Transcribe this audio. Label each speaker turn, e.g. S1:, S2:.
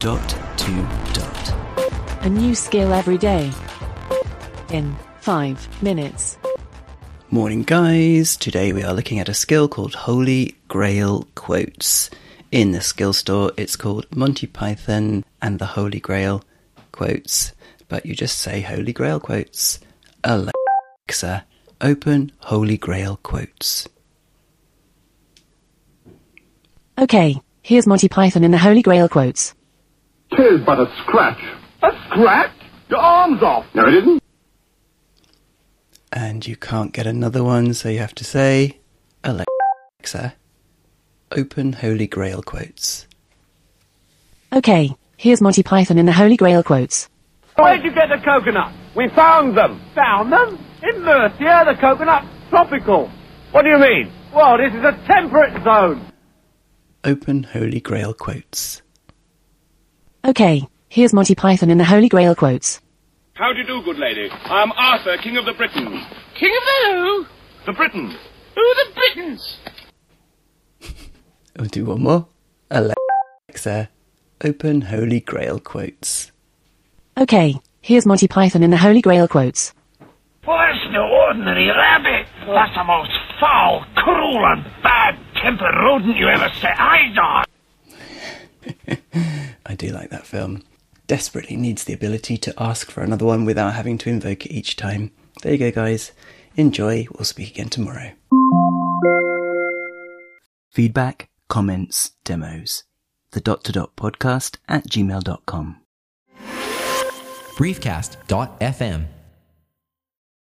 S1: Dot to dot.
S2: A new skill every day. In 5 minutes.
S1: Morning, guys. Today we are looking at a skill called Holy Grail Quotes. In the skill store, it's called Monty Python and the Holy Grail Quotes, but you just say Holy Grail Quotes. Alexa, open Holy Grail Quotes.
S2: Okay, here's Monty Python in the Holy Grail quotes.
S3: Tis but a scratch. A scratch? Your arm's off. No, it isn't.
S1: And you can't get another one, so you have to say Alexa, open Holy Grail Quotes.
S2: Okay, here's Monty Python in the Holy Grail quotes.
S4: Where'd you get the coconuts? We found them. Found them? In Murcia, the coconut tropical. What do you mean? Well, this is a temperate zone.
S1: Open Holy Grail Quotes.
S2: Okay, here's Monty Python in the Holy Grail quotes.
S5: How do you do, good lady? I am Arthur, King of the Britons. King of the who? The Britons. Who the Britons?
S1: We'll Oh, do one more. Alexa, open Holy Grail quotes.
S2: Okay, here's Monty Python in the Holy Grail quotes.
S6: Well, that's no ordinary rabbit. That's the most foul, cruel, and bad-tempered rodent you ever set eyes on.
S1: I do like that film. Desperately needs the ability to ask for another one without having to invoke it each time. There you go, guys. Enjoy. We'll speak again tomorrow. Feedback, comments, demos. The dot to dot podcast at gmail.com.
S7: briefcast.fm.